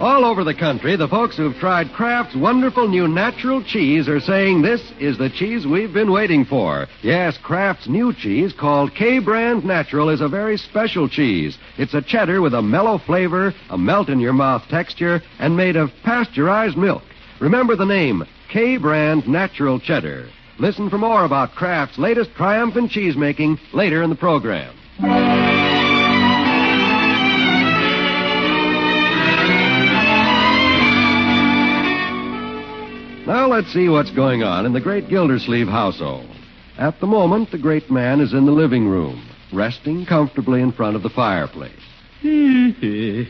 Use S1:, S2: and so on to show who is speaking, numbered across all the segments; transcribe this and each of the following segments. S1: All over the country, the folks who've tried Kraft's wonderful new natural cheese are saying this is the cheese we've been waiting for. Yes, Kraft's new cheese called K Brand Natural is a very special cheese. It's a cheddar with a mellow flavor, a melt in your mouth texture, and made of pasteurized milk. Remember the name, K Brand Natural Cheddar. Listen for more about Kraft's latest triumph in cheese making later in the program. Now let's see what's going on in the great Gildersleeve household. At the moment, the great man is in the living room, resting comfortably in front of the fireplace.
S2: Leroy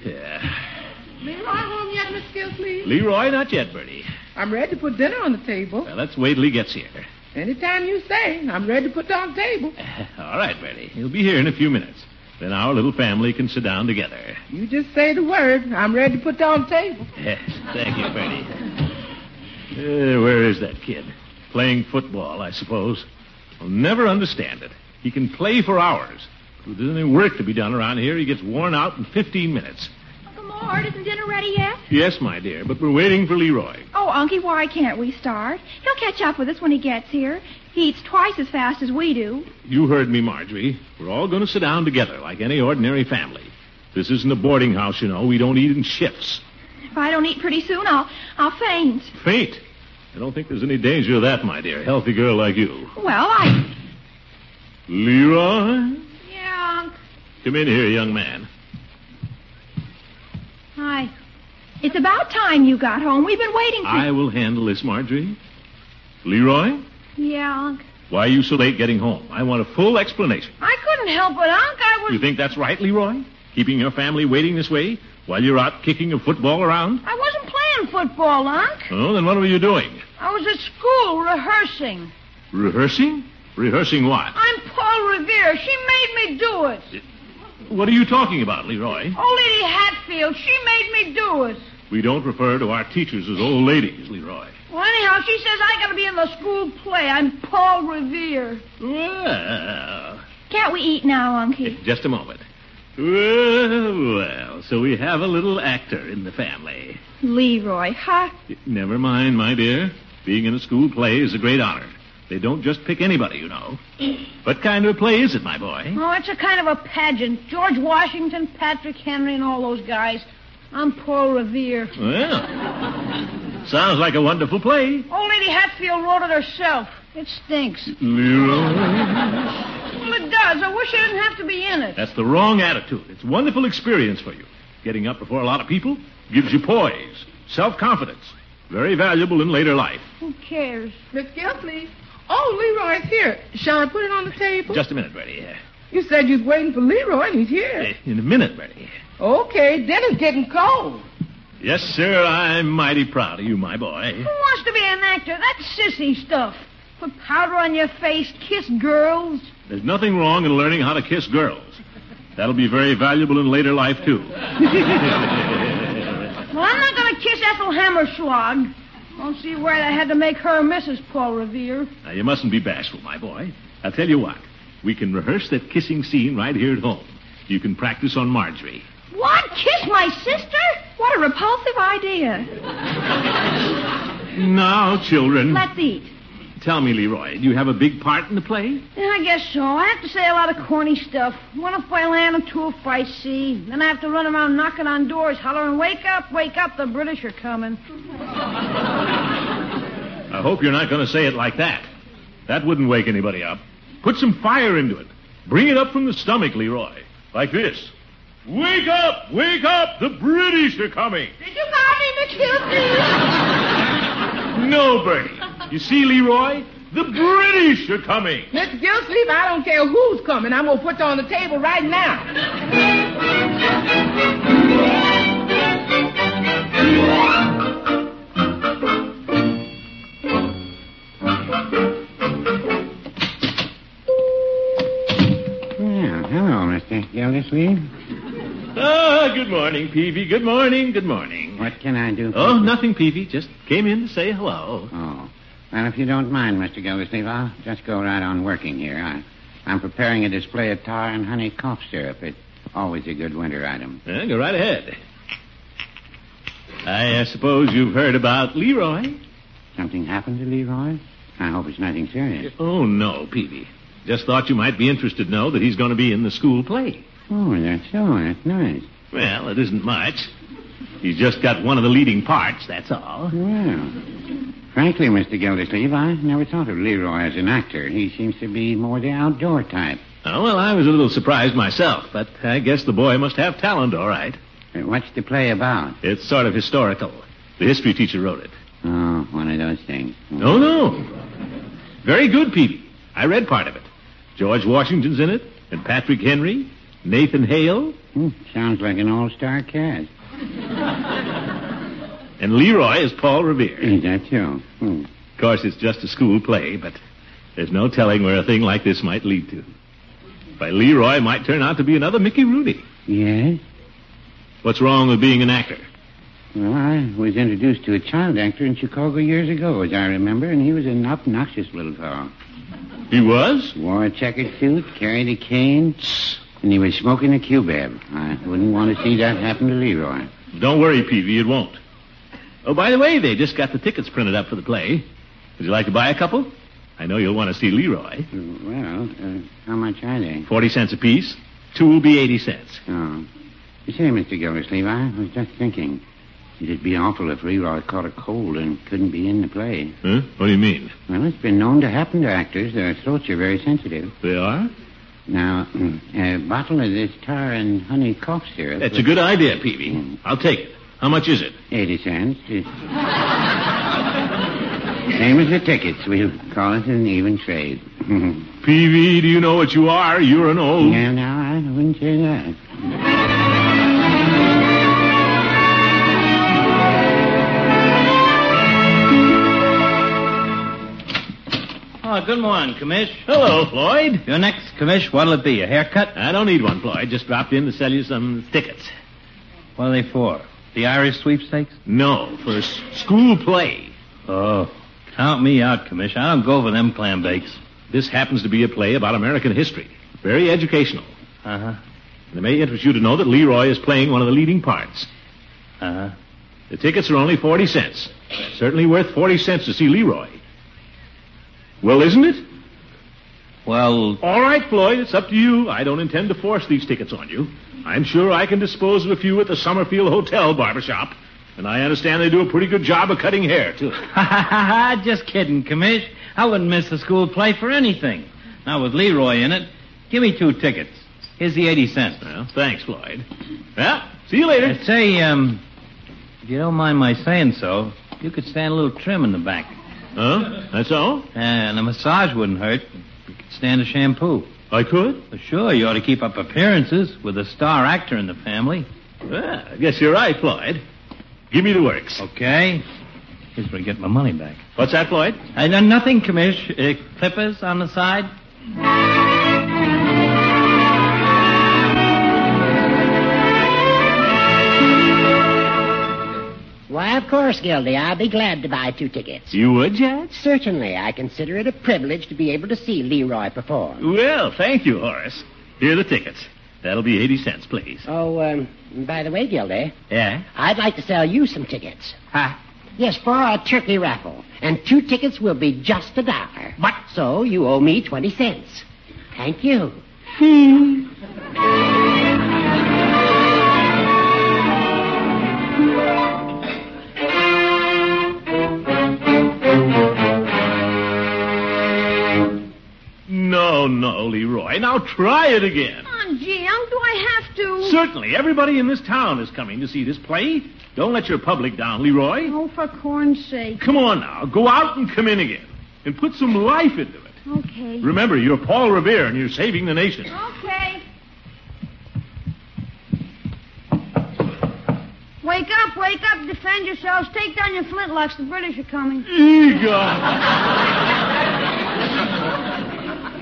S2: home yet, Miss Gilsleeve?
S3: Leroy, not yet, Bertie.
S2: I'm ready to put dinner on the table.
S3: Well, let's wait till he gets here.
S2: Anytime you say, I'm ready to put it on the table.
S3: All right, Bertie. He'll be here in a few minutes. Then our little family can sit down together.
S2: You just say the word, I'm ready to put it on the table.
S3: Yes, thank you, Bertie. Uh, where is that kid? Playing football, I suppose. I'll never understand it. He can play for hours. If there's any work to be done around here, he gets worn out in 15 minutes.
S4: Uncle Mort, isn't dinner ready yet?
S3: Yes, my dear, but we're waiting for Leroy.
S4: Oh, Unky, why can't we start? He'll catch up with us when he gets here. He eats twice as fast as we do.
S3: You heard me, Marjorie. We're all going to sit down together like any ordinary family. This isn't a boarding house, you know. We don't eat in shifts.
S4: If I don't eat pretty soon, I'll I'll faint.
S3: Faint. I don't think there's any danger of that, my dear. Healthy girl like you.
S4: Well, I
S3: Leroy?
S4: yeah, Unc.
S3: Come in here, young man.
S4: I. It's about time you got home. We've been waiting for
S3: I
S4: you.
S3: will handle this, Marjorie. Leroy?
S4: Yeah, Unc.
S3: Why are you so late getting home? I want a full explanation.
S4: I couldn't help it, Unc. I was
S3: You think that's right, Leroy? Keeping your family waiting this way while you're out kicking a football around?
S4: I wasn't playing football, Unc.
S3: Oh, then what were you doing?
S4: I was at school rehearsing.
S3: Rehearsing? Rehearsing what?
S4: I'm Paul Revere. She made me do it.
S3: What are you talking about, Leroy?
S4: Old Lady Hatfield, she made me do it.
S3: We don't refer to our teachers as old ladies, Leroy.
S4: Well, anyhow, she says I gotta be in the school play. I'm Paul Revere.
S3: Well,
S4: Can't we eat now, Unky?
S3: just a moment. Well, well, so we have a little actor in the family.
S4: Leroy, huh?
S3: Never mind, my dear. Being in a school play is a great honor. They don't just pick anybody, you know. What kind of a play is it, my boy?
S4: Oh, it's a kind of a pageant. George Washington, Patrick Henry, and all those guys. I'm Paul Revere.
S3: Well, sounds like a wonderful play.
S4: Old Lady Hatfield wrote it herself. It stinks.
S3: Leroy.
S4: Well, it does. I wish I didn't have to be in it.
S3: That's the wrong attitude. It's a wonderful experience for you. Getting up before a lot of people gives you poise, self confidence. Very valuable in later life.
S4: Who cares?
S2: Miss Gilsleeve? Oh, Leroy's here. Shall I put it on the table?
S3: Just a minute, Bertie. Uh,
S2: You said you was waiting for Leroy, and he's here.
S3: In a minute, Bertie.
S2: Okay, dinner's getting cold.
S3: Yes, sir, I'm mighty proud of you, my boy.
S4: Who wants to be an actor? That's sissy stuff. Put powder on your face, kiss girls.
S3: There's nothing wrong in learning how to kiss girls. That'll be very valuable in later life, too.
S4: Well, I'm not going to kiss Ethel Hammerschlag. Don't see where I had to make her Mrs. Paul Revere.
S3: Now, you mustn't be bashful, my boy. I'll tell you what. We can rehearse that kissing scene right here at home. You can practice on Marjorie.
S4: What? Kiss my sister? What a repulsive idea.
S3: Now, children.
S4: Let's eat.
S3: Tell me, Leroy, do you have a big part in the play?
S4: Yeah, I guess so. I have to say a lot of corny stuff. One if I land and two if I see. Then I have to run around knocking on doors, hollering, wake up, wake up, the British are coming.
S3: I hope you're not going to say it like that. That wouldn't wake anybody up. Put some fire into it. Bring it up from the stomach, Leroy. Like this. Wake up! Wake up! The British are coming!
S4: Did you call me McKilty?
S3: No, Bertie. You see, Leroy? The British are coming!
S2: Miss Gilsleeve, I don't care who's coming. I'm going to put it on the table right now.
S5: Mr. Gildersleeve?
S3: Ah, good morning, Peavy. Good morning, good morning.
S5: What can I do for
S3: Oh,
S5: you?
S3: nothing, Peavy. Just came in to say hello.
S5: Oh. Well, if you don't mind, Mr. Gildersleeve, I'll just go right on working here. I, I'm preparing a display of tar and honey cough syrup. It's always a good winter item.
S3: Eh, go right ahead. I uh, suppose you've heard about Leroy?
S5: Something happened to Leroy? I hope it's nothing serious.
S3: Oh, no, Peavy. Just thought you might be interested to know that he's going to be in the school play.
S5: Oh, that's so. That's nice.
S3: Well, it isn't much. He's just got one of the leading parts, that's all.
S5: Well, frankly, Mr. Gildersleeve, I never thought of Leroy as an actor. He seems to be more the outdoor type.
S3: Oh, well, I was a little surprised myself, but I guess the boy must have talent, all right.
S5: Uh, What's the play about?
S3: It's sort of historical. The history teacher wrote it.
S5: Oh, one of those things.
S3: No, no. Very good, Peavy. I read part of it. George Washington's in it, and Patrick Henry, Nathan Hale,
S5: Hmm, sounds like an all-star cast.
S3: and Leroy is Paul Revere.
S5: Is that so? Hmm.
S3: Of course, it's just a school play, but there's no telling where a thing like this might lead to. Why, Leroy might turn out to be another Mickey Rooney.
S5: Yes?
S3: What's wrong with being an actor?
S5: Well, I was introduced to a child actor in Chicago years ago, as I remember, and he was an obnoxious little fellow.
S3: He was?
S5: Wore a checkered suit, carried a cane, and he was smoking a cubeb. I wouldn't want to see that happen to Leroy.
S3: Don't worry, Peavy, it won't. Oh, by the way, they just got the tickets printed up for the play. Would you like to buy a couple? I know you'll want to see Leroy.
S5: Hmm. Well, uh, how much are they?
S3: Forty cents apiece. Two will be eighty cents.
S5: Oh. You say, Mr. Gildersleeve, I was just thinking. It'd be awful if Leroy caught a cold and couldn't be in the play.
S3: Huh? What do you mean?
S5: Well, it's been known to happen to actors. Their throats are very sensitive.
S3: They are?
S5: Now, mm, a bottle of this tar and honey cough syrup.
S3: That's a good idea, Peavy. I'll take it. How much is it?
S5: 80 cents. It's- Same as the tickets. We'll call it an even trade.
S3: Peavy, do you know what you are? You're an old.
S5: yeah, now, I wouldn't say that.
S6: Oh, good morning, Commish.
S3: Hello, Floyd.
S6: Your next commish, what'll it be? A haircut?
S3: I don't need one, Floyd. Just dropped in to sell you some tickets.
S6: What are they for? The Irish sweepstakes?
S3: No, for s- school play.
S6: Oh, count me out, Commish. I don't go for them clam bakes.
S3: This happens to be a play about American history. Very educational.
S6: Uh huh.
S3: And it may interest you to know that Leroy is playing one of the leading parts.
S6: Uh huh.
S3: The tickets are only 40 cents. Certainly worth 40 cents to see Leroy. Well, isn't it?
S6: Well,
S3: All right, Floyd, it's up to you. I don't intend to force these tickets on you. I'm sure I can dispose of a few at the Summerfield Hotel barbershop. And I understand they do a pretty good job of cutting hair, too.
S6: ha ha ha ha! Just kidding, Commish. I wouldn't miss the school play for anything. Now with Leroy in it, give me two tickets. Here's the eighty cents.
S3: Well, thanks, Floyd. Well, see you later.
S6: Uh, say, um, if you don't mind my saying so, you could stand a little trim in the back,
S3: Huh? That's all?
S6: and a massage wouldn't hurt. You could stand a shampoo.
S3: I could?
S6: Well, sure, you ought to keep up appearances with a star actor in the family.
S3: Well, I guess you're right, Floyd. Give me the works.
S6: Okay. Here's where I get my money back.
S3: What's that, Floyd?
S6: I done nothing, Commish. Uh, clippers on the side?
S7: Why, of course, Gildy. I'll be glad to buy two tickets.
S3: You would, Judge?
S7: Certainly, I consider it a privilege to be able to see Leroy perform.
S3: Well, thank you, Horace. Here are the tickets. That'll be 80 cents, please.
S7: Oh, um, by the way, Gildy,
S3: Yeah?
S7: I'd like to sell you some tickets.
S3: Ha.
S7: Yes, for our turkey raffle. And two tickets will be just a dollar. But so you owe me 20 cents. Thank you.
S3: No, no, Leroy. Now try it again.
S4: Come on, gee, Unc, do I have to?
S3: Certainly, everybody in this town is coming to see this play. Don't let your public down, Leroy.
S4: Oh, for corn's sake.
S3: Come on now, go out and come in again, and put some life into it.
S4: Okay.
S3: Remember, you're Paul Revere, and you're saving the nation.
S4: Okay. Wake up, wake up, defend yourselves. Take down your flintlocks, the British are coming.
S3: Eager.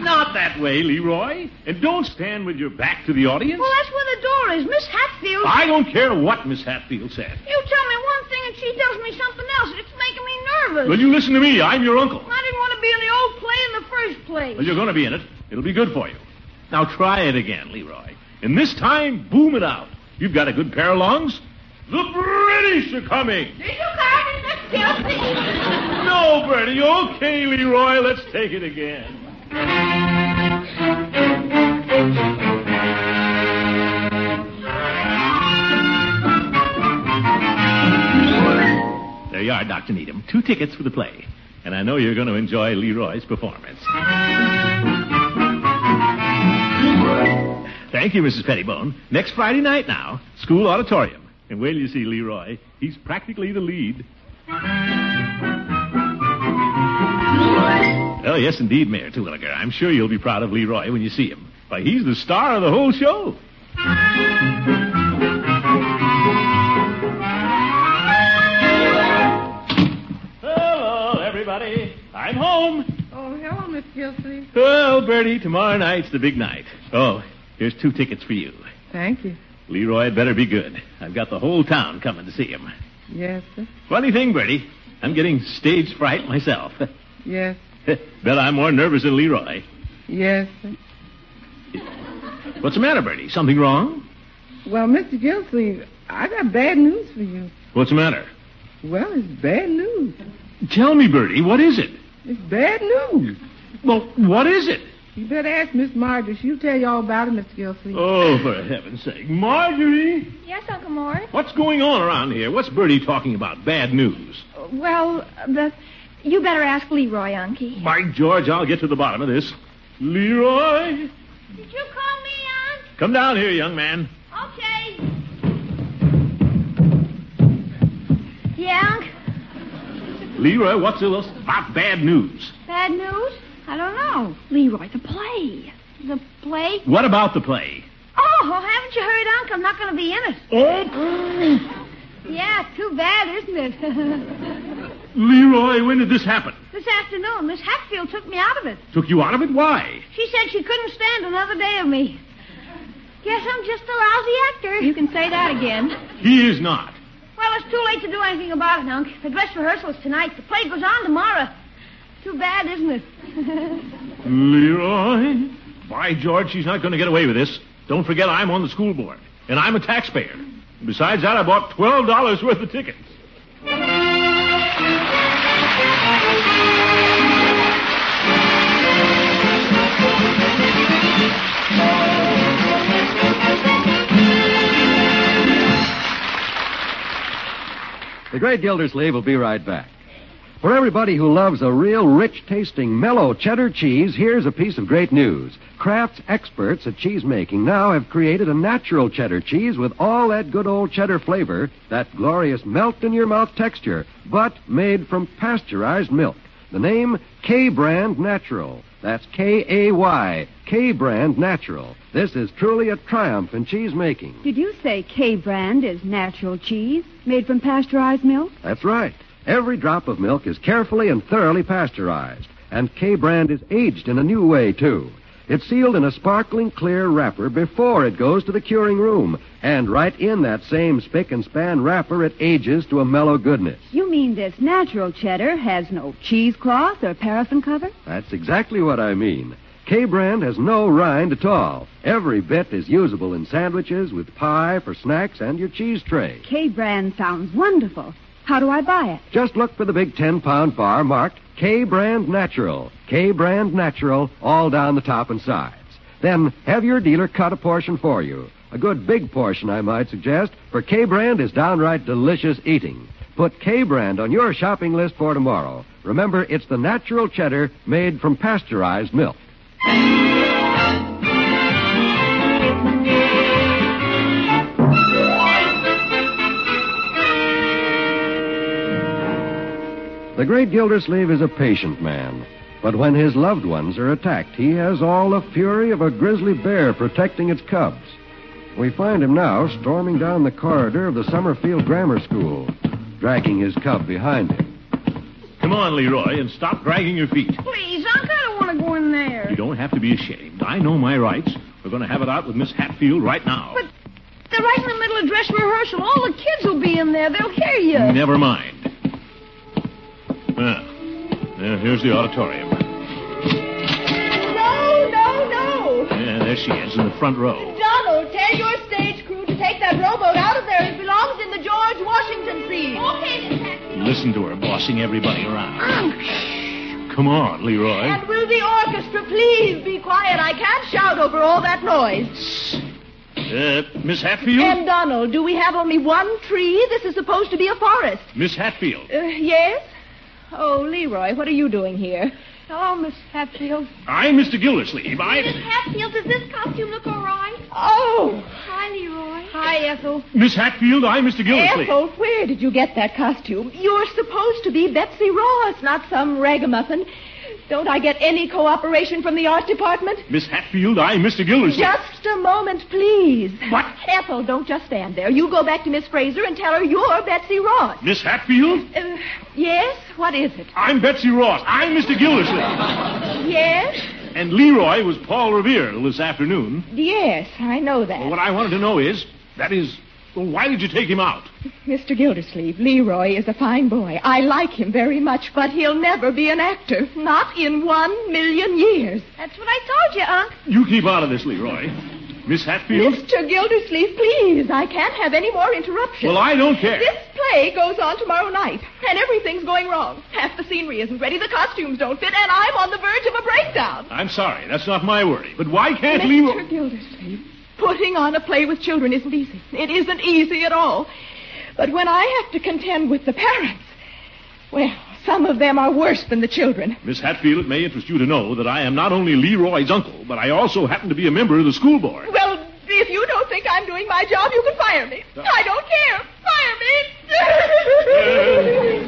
S3: Not that way, Leroy. And don't stand with your back to the audience.
S4: Well, that's where the door is. Miss Hatfield.
S3: I don't care what Miss Hatfield said.
S4: You tell me one thing and she tells me something else. It's making me nervous.
S3: Well, you listen to me. I'm your uncle.
S4: I didn't want to be in the old play in the first place.
S3: Well, you're going to be in it. It'll be good for you. Now try it again, Leroy. And this time, boom it out. You've got a good pair of lungs. The British are coming.
S4: Did you guys just tell me?
S3: No, Bertie. Okay, Leroy. Let's take it again. There you are, Dr. Needham. Two tickets for the play. And I know you're going to enjoy Leroy's performance. Thank you, Mrs. Pettibone. Next Friday night now, school auditorium. And wait till you see Leroy. He's practically the lead. Oh, yes, indeed, Mayor Terwilliger. I'm sure you'll be proud of Leroy when you see him. Why, he's the star of the whole show. Hello, everybody. I'm home.
S2: Oh, hello, Miss Gilsey.
S3: Well, Bertie, tomorrow night's the big night. Oh, here's two tickets for you.
S2: Thank you.
S3: Leroy had better be good. I've got the whole town coming to see him.
S2: Yes, sir.
S3: Funny thing, Bertie. I'm getting stage fright myself.
S2: Yes.
S3: Bet I'm more nervous than Leroy.
S2: Yes, sir.
S3: What's the matter, Bertie? Something wrong?
S2: Well, Mr. Gilsey, I got bad news for you.
S3: What's the matter?
S2: Well, it's bad news.
S3: Tell me, Bertie, what is it?
S2: It's bad news.
S3: Well, what is it?
S2: You better ask Miss Marjorie. She'll tell you all about it, Mr. Gilsey.
S3: Oh, for heaven's sake. Marjorie!
S8: Yes, Uncle Morris.
S3: What's going on around here? What's Bertie talking about? Bad news.
S8: Well, the you better ask Leroy, Unky.
S3: By George, I'll get to the bottom of this. Leroy!
S4: Did you call me, Aunt?
S3: Come down here, young man.
S4: Okay. Yeah, Unc?
S3: Leroy, what's all this about bad news?
S4: Bad news? I don't know.
S8: Leroy, the play.
S4: The play?
S3: What about the play?
S4: Oh, well, haven't you heard, Unc? I'm not going to be in it.
S3: Oh,
S4: Yeah, too bad, isn't it?
S3: Leroy, when did this happen?
S4: this afternoon, Miss Hatfield took me out of it.
S3: Took you out of it? Why?
S4: She said she couldn't stand another day of me. Guess I'm just a lousy actor.
S8: You can say that again.
S3: He is not.
S4: Well, it's too late to do anything about it, Unc. The dress rehearsal is tonight. The play goes on tomorrow. Too bad, isn't it?
S3: Leroy? By George, she's not going to get away with this. Don't forget, I'm on the school board, and I'm a taxpayer. Besides that, I bought $12 worth of tickets.
S1: The Great Gildersleeve will be right back. For everybody who loves a real rich tasting mellow cheddar cheese, here's a piece of great news. Kraft's experts at cheese making now have created a natural cheddar cheese with all that good old cheddar flavor, that glorious melt in your mouth texture, but made from pasteurized milk. The name K Brand Natural. That's K A Y, K Brand Natural. This is truly a triumph in cheese making.
S9: Did you say K brand is natural cheese made from pasteurized milk?
S1: That's right. Every drop of milk is carefully and thoroughly pasteurized, and K brand is aged in a new way, too. It's sealed in a sparkling clear wrapper before it goes to the curing room, and right in that same spick and span wrapper it ages to a mellow goodness.
S9: You mean this natural cheddar has no cheesecloth or paraffin cover?
S1: That's exactly what I mean. K brand has no rind at all. Every bit is usable in sandwiches, with pie, for snacks, and your cheese tray.
S9: K brand sounds wonderful. How do I buy it?
S1: Just look for the big 10 pound bar marked K Brand Natural. K Brand Natural, all down the top and sides. Then have your dealer cut a portion for you. A good big portion, I might suggest, for K Brand is downright delicious eating. Put K Brand on your shopping list for tomorrow. Remember, it's the natural cheddar made from pasteurized milk. The great Gildersleeve is a patient man, but when his loved ones are attacked, he has all the fury of a grizzly bear protecting its cubs. We find him now storming down the corridor of the Summerfield Grammar School, dragging his cub behind him.
S3: Come on, Leroy, and stop dragging your feet.
S4: Please, Unc, I don't want to go in there.
S3: You don't have have to be ashamed. I know my rights. We're going to have it out with Miss Hatfield right now.
S4: But they're right in the middle of dress rehearsal. All the kids will be in there. They'll hear you.
S3: Never mind. Well, now here's the auditorium.
S10: No, no, no.
S3: Yeah, there she is in the front row.
S10: Donald, tell your stage crew to take that rowboat out of there. It belongs in the George Washington scene. Okay, Detective.
S3: Listen to her bossing everybody around. Come on, Leroy.
S10: And will the orchestra please be quiet? I can't shout over all that noise.
S3: Uh, Miss Hatfield?
S10: And Donald, do we have only one tree? This is supposed to be a forest.
S3: Miss Hatfield.
S10: Uh, yes? Oh, Leroy, what are you doing here? Hello, Miss Hatfield.
S3: I'm Mr. Gildersleeve.
S10: Miss
S3: I.
S10: Hatfield, does this costume look all right? Oh! Hi, Leroy. Hi, Ethel.
S3: Miss Hatfield, I'm Mr. Gildersleeve.
S10: Ethel, where did you get that costume? You're supposed to be Betsy Ross, not some ragamuffin. Don't I get any cooperation from the art department?
S3: Miss Hatfield, I'm Mr. Gildersleeve.
S10: Just a moment, please. What? Ethel, don't just stand there. You go back to Miss Fraser and tell her you're Betsy Ross.
S3: Miss Hatfield?
S10: Uh, yes? What is it?
S3: I'm Betsy Ross. I'm Mr. Gildersleeve.
S10: Yes?
S3: And Leroy was Paul Revere this afternoon.
S10: Yes, I know that.
S3: What I wanted to know is, that is, well, why did you take him out?
S10: Mr. Gildersleeve, Leroy is a fine boy. I like him very much, but he'll never be an actor. Not in one million years. That's what I told you, Unc.
S3: You keep out of this, Leroy. Miss Hatfield?
S10: Mr. Gildersleeve, please. I can't have any more interruptions.
S3: Well, I don't care.
S10: This play goes on tomorrow night, and everything's going wrong. Half the scenery isn't ready, the costumes don't fit, and I'm on the verge of a breakdown.
S3: I'm sorry, that's not my worry. But why can't
S10: Mr.
S3: Leroy...
S10: Gildersleeve, putting on a play with children isn't easy. It isn't easy at all. But when I have to contend with the parents, well, some of them are worse than the children.
S3: Miss Hatfield, it may interest you to know that I am not only Leroy's uncle, but I also happen to be a member of the school board.
S10: Well, if you don't think I'm doing my job, you can fire me. I don't care.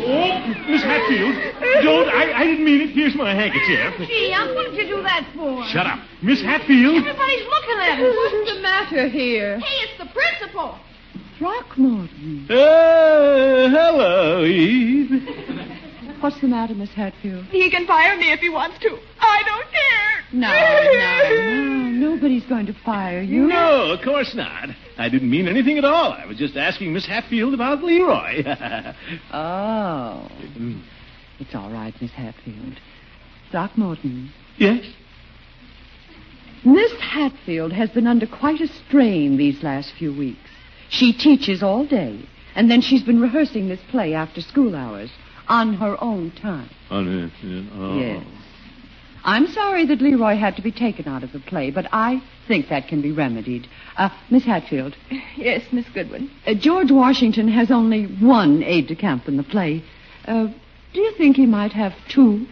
S10: Fire me.
S3: Miss Hatfield, don't. I, I didn't mean it. Here's my handkerchief.
S4: Gee, Unc, what did you do that for?
S3: Shut up. Miss Hatfield.
S4: Everybody's looking at us.
S2: What's the matter here?
S10: Hey, it's the principal.
S9: Throckmorton.
S3: Uh, hello, Eve.
S9: What's the matter, Miss Hatfield?
S10: He can fire me if he wants to. I don't care.
S9: No, no, no. Nobody's going to fire you.
S3: No, of course not. I didn't mean anything at all. I was just asking Miss Hatfield about Leroy.
S9: Oh. It's all right, Miss Hatfield. Throckmorton,
S3: yes?
S9: Miss Hatfield has been under quite a strain these last few weeks. She teaches all day, and then she's been rehearsing this play after school hours on her own time.
S3: On,
S9: Yes. I'm sorry that Leroy had to be taken out of the play, but I think that can be remedied. Uh, Miss Hatfield,
S10: Yes, Miss Goodwin.
S9: uh, George Washington has only one aide de camp in the play. Uh, do you think he might have two?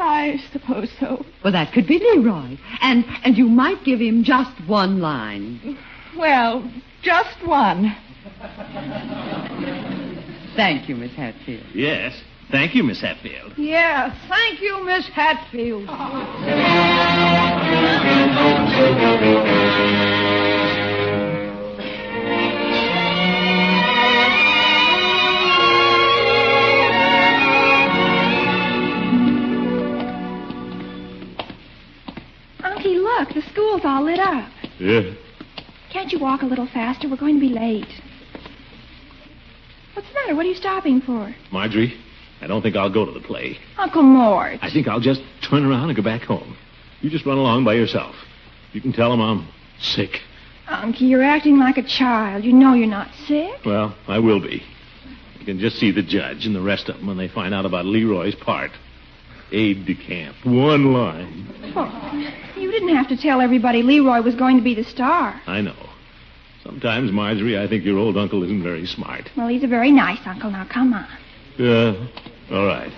S10: I suppose so.
S9: Well, that could be Leroy, and and you might give him just one line.
S10: Well, just one.
S9: Thank you, Miss Hatfield.
S3: Yes. Thank you, Miss Hatfield.
S4: Yeah, thank you, Miss Hatfield.
S8: Auntie, look, the school's all lit up.
S3: Yeah.
S8: Can't you walk a little faster? We're going to be late. What's the matter? What are you stopping for?
S3: Marjorie, I don't think I'll go to the play.
S8: Uncle Mort.
S3: I think I'll just turn around and go back home. You just run along by yourself. You can tell them I'm sick.
S8: Uncle, you're acting like a child. You know you're not sick.
S3: Well, I will be. You can just see the judge and the rest of them when they find out about Leroy's part. Aide de camp. One line.
S8: Well, you didn't have to tell everybody Leroy was going to be the star.
S3: I know. Sometimes, Marjorie, I think your old uncle isn't very smart.
S8: Well, he's a very nice uncle. Now, come on.
S3: Uh, all right.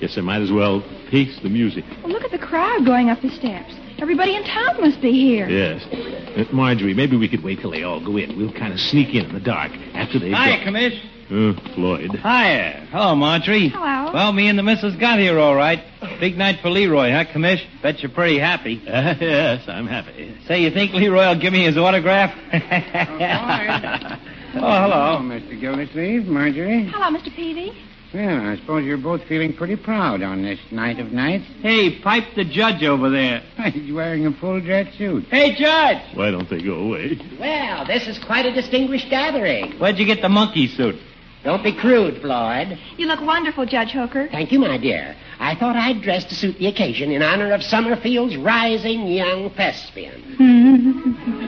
S3: Guess I might as well pace the music.
S8: Well, look at the crowd going up the steps. Everybody in town must be here.
S3: Yes. Uh, Marjorie, maybe we could wait till they all go in. We'll kind of sneak in in the dark after they.
S6: Hiya, Commish.
S3: Uh, Floyd.
S6: Hiya. Hello, Marjorie.
S8: Hello.
S6: Well, me and the missus got here all right. Big night for Leroy, huh, Commish? Bet you're pretty happy.
S3: Uh, yes, I'm happy.
S6: Say, you think Leroy will give me his autograph?
S5: Floyd.
S6: oh, hello.
S5: Mr. Gildersleeve, Marjorie.
S8: Hello, Mr. Peavy.
S5: Well, I suppose you're both feeling pretty proud on this night of nights.
S6: Hey, pipe the judge over there.
S5: He's wearing a full dress suit.
S6: Hey, Judge!
S3: Why don't they go away?
S7: Well, this is quite a distinguished gathering.
S6: Where'd you get the monkey suit?
S7: Don't be crude, Floyd.
S8: You look wonderful, Judge Hooker.
S7: Thank you, my dear. I thought I'd dress to suit the occasion in honor of Summerfield's rising young thespian.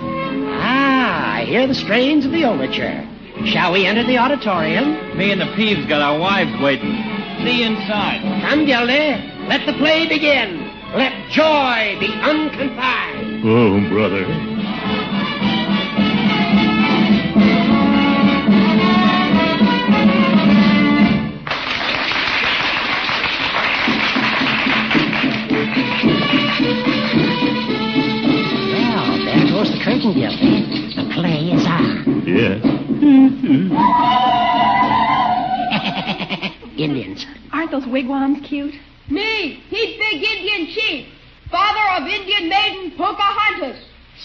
S7: Ah, I hear the strains of the overture. Shall we enter the auditorium?
S6: Me and the Peeves got our wives waiting. See you inside.
S7: Come, Gildy. Let the play begin. Let joy be unconfined.
S3: Oh, brother.
S7: Well, there goes the curtain, Gildy. The play is on. Mm-hmm.
S3: Yeah.
S7: Indians.
S8: Aren't those wigwams cute?
S4: Me, he's big Indian chief, father of Indian maiden Pocahontas,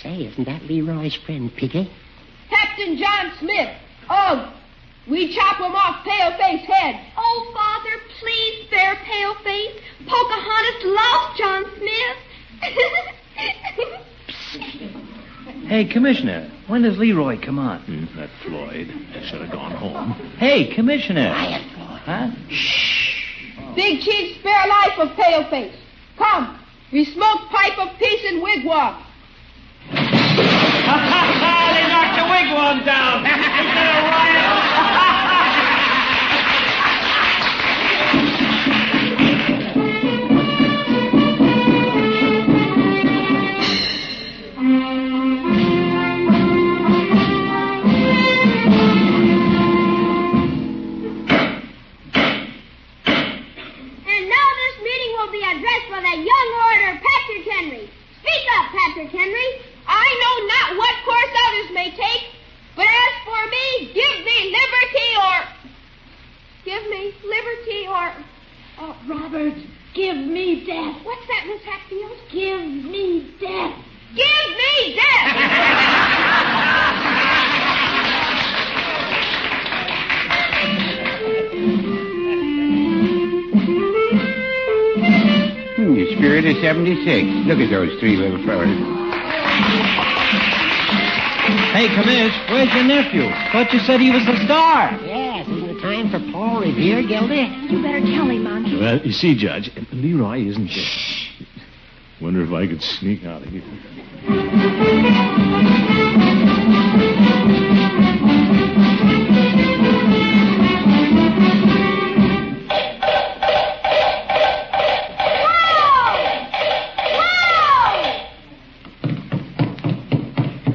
S7: Say, isn't that Leroy's friend, Piggy?
S4: Captain John Smith. Ugh, we chop him off paleface head.
S11: Oh, Father, please spare Paleface. Pocahontas loves John Smith.
S6: Hey, Commissioner, when does Leroy come on?
S3: That Hmm, Floyd should have gone home.
S6: Hey, Commissioner. Huh?
S4: Big chief, spare life of paleface. Come, we smoke pipe of peace and wigwam.
S6: they knocked the wigwam down. Isn't that a
S11: and now this meeting will be addressed by the young orator, Patrick Henry. Speak up, Patrick Henry.
S4: I know not what course others may take, but as for me, give me liberty or.
S11: Give me liberty or. Oh, Robert, give me death. What's that, Miss Hatfield? Give me death.
S4: Give me death!
S5: Hmm, the spirit of 76. Look at those three little fellas.
S6: Hey, Commish, where's your nephew? Thought you said he was the star.
S7: Yes, isn't it time for Paul Revere, Gildy?
S8: You better tell him, Monkey.
S3: Well, you see, Judge, Leroy isn't here. Wonder if I could sneak out of here.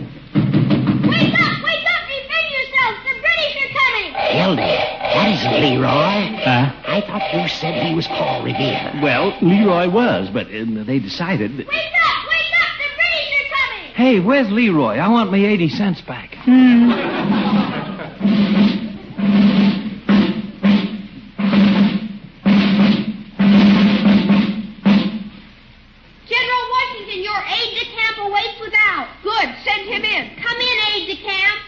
S11: Wake up! Wake up! Defend yourselves! The British are coming!
S7: Gildy, that isn't Leroy.
S3: Huh?
S7: I thought you said he was Paul Revere.
S3: Well, Leroy was, but um, they decided
S11: Wake
S3: that.
S11: up! Wake up! The British are coming!
S6: Hey, where's Leroy? I want my 80 cents back.
S11: Hmm. General Washington, your aide de camp awaits without.
S4: Good, send him in.
S11: Come in, aide de camp.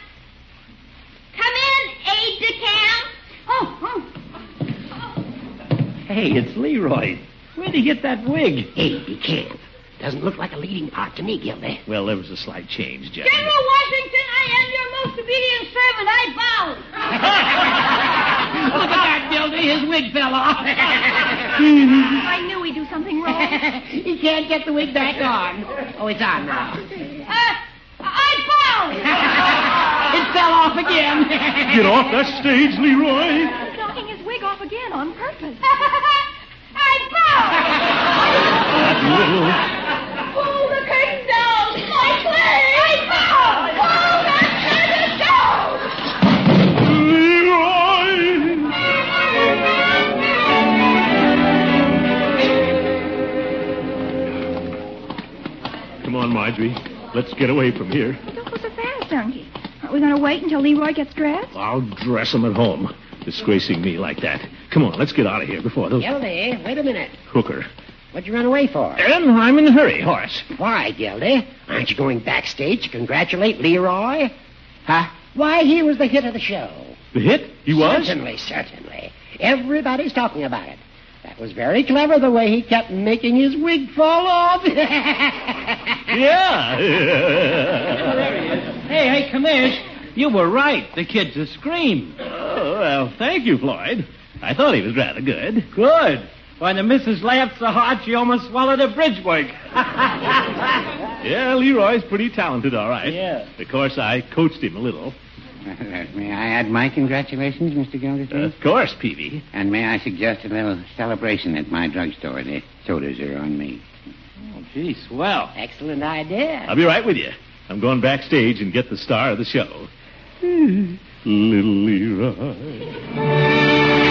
S11: Come in, aide de camp. Oh, oh.
S6: Hey, it's Leroy. Where'd he get that wig?
S7: Hey, he can't. Doesn't look like a leading part to me, Gildy.
S3: Well, there was a slight change, Judge.
S4: General Washington, I am your most obedient servant, I vow.
S7: Look at that, Gildy. His wig fell off.
S11: Hmm.
S8: I knew he'd do something wrong.
S7: he can't get the wig back on. Oh, it's on now.
S4: Uh, I
S7: It fell off again.
S3: Get off that stage, Leroy!
S8: He's knocking his wig off again on purpose.
S4: vow! I
S3: Whoa.
S4: vow! Pull the curtain down! My play! I vow! Pull that curtain down!
S3: Leroy! Come on, Marjorie. Let's get away from here.
S8: Don't go so fast, Donkey. Aren't we going to wait until Leroy gets dressed?
S3: I'll dress him at home, disgracing me like that. Come on, let's get out of here before those
S7: Gildy, wait a minute.
S3: hooker.
S7: What'd you run away for?
S3: And I'm in a hurry, horse.
S7: Why, Gildy? Aren't you going backstage to congratulate Leroy? Huh? Why, he was the hit of the show.
S3: The hit? He was?
S7: Certainly, certainly. Everybody's talking about it. That was very clever the way he kept making his wig fall off.
S3: Yeah.
S6: Hey, hey, Commish, you were right. The kid's a scream.
S3: Oh, well, thank you, Floyd. I thought he was rather good.
S6: Good. Why, the missus laughed so hard she almost swallowed a bridge work.
S3: Yeah, Leroy's pretty talented, all right.
S6: Yeah.
S3: Of course, I coached him a little.
S5: May I add my congratulations, Mr. Gildersleeve?
S3: Of course, Peavy.
S5: And may I suggest a little celebration at my drugstore? The sodas are on me.
S6: Oh, gee, swell.
S7: Excellent idea.
S3: I'll be right with you. I'm going backstage and get the star of the show. Little Leroy.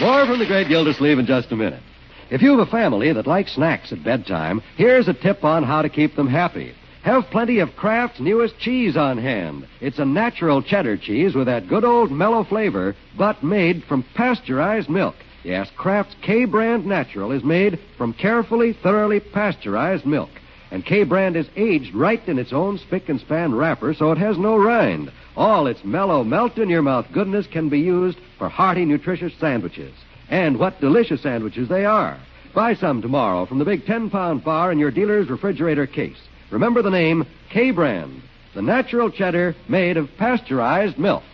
S1: More from the great Gildersleeve in just a minute. If you have a family that likes snacks at bedtime, here's a tip on how to keep them happy. Have plenty of Kraft's newest cheese on hand. It's a natural cheddar cheese with that good old mellow flavor, but made from pasteurized milk. Yes, Kraft's K brand natural is made from carefully, thoroughly pasteurized milk. And K brand is aged right in its own spick and span wrapper, so it has no rind. All its mellow, melt in your mouth goodness can be used for hearty, nutritious sandwiches. And what delicious sandwiches they are. Buy some tomorrow from the big 10 pound bar in your dealer's refrigerator case. Remember the name K Brand, the natural cheddar made of pasteurized milk.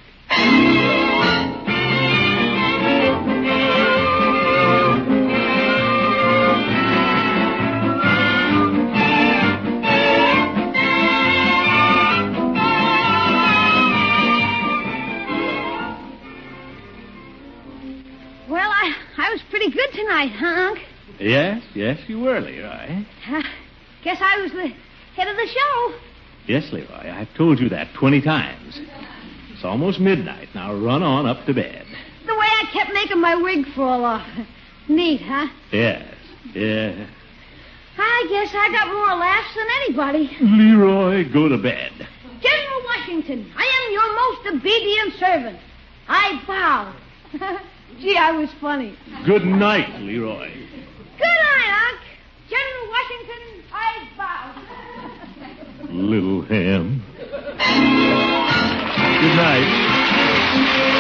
S4: Well, I, I was pretty good tonight, huh, Unc?
S3: Yes, yes, you were, Leroy.
S4: Uh, guess I was the head of the show.
S3: Yes, Leroy, I've told you that 20 times. It's almost midnight. Now run on up to bed.
S4: The way I kept making my wig fall off. Neat, huh?
S3: Yes, yes.
S4: I guess I got more laughs than anybody.
S3: Leroy, go to bed.
S4: General Washington, I am your most obedient servant. I bow. Gee, I was funny.
S3: Good night, Leroy.
S4: Good night, Unc. General Washington, I bow.
S3: Little ham. Good night.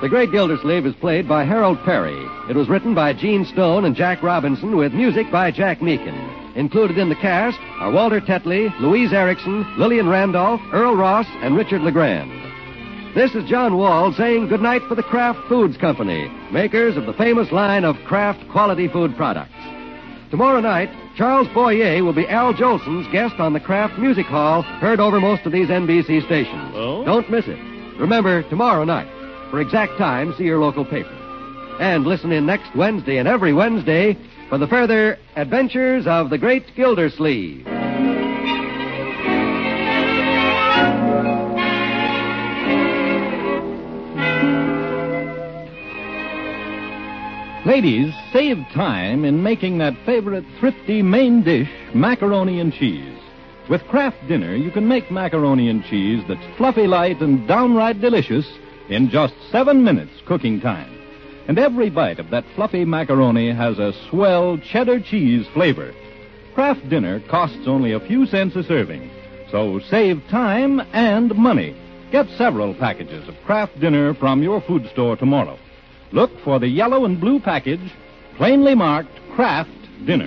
S1: The Great Gildersleeve is played by Harold Perry. It was written by Gene Stone and Jack Robinson with music by Jack Meakin. Included in the cast are Walter Tetley, Louise Erickson, Lillian Randolph, Earl Ross, and Richard LeGrand. This is John Wall saying goodnight for the Kraft Foods Company, makers of the famous line of Kraft quality food products. Tomorrow night, Charles Boyer will be Al Jolson's guest on the Kraft Music Hall, heard over most of these NBC stations.
S3: Oh?
S1: Don't miss it. Remember, tomorrow night. For exact time, see your local paper. And listen in next Wednesday and every Wednesday for the further adventures of the great Gildersleeve.
S12: Ladies, save time in making that favorite thrifty main dish, macaroni and cheese. With Kraft Dinner, you can make macaroni and cheese that's fluffy light and downright delicious in just seven minutes cooking time. And every bite of that fluffy macaroni has a swell cheddar cheese flavor. Kraft Dinner costs only a few cents a serving, so save time and money. Get several packages of Kraft Dinner from your food store tomorrow. Look for the yellow and blue package, plainly marked Kraft Dinner.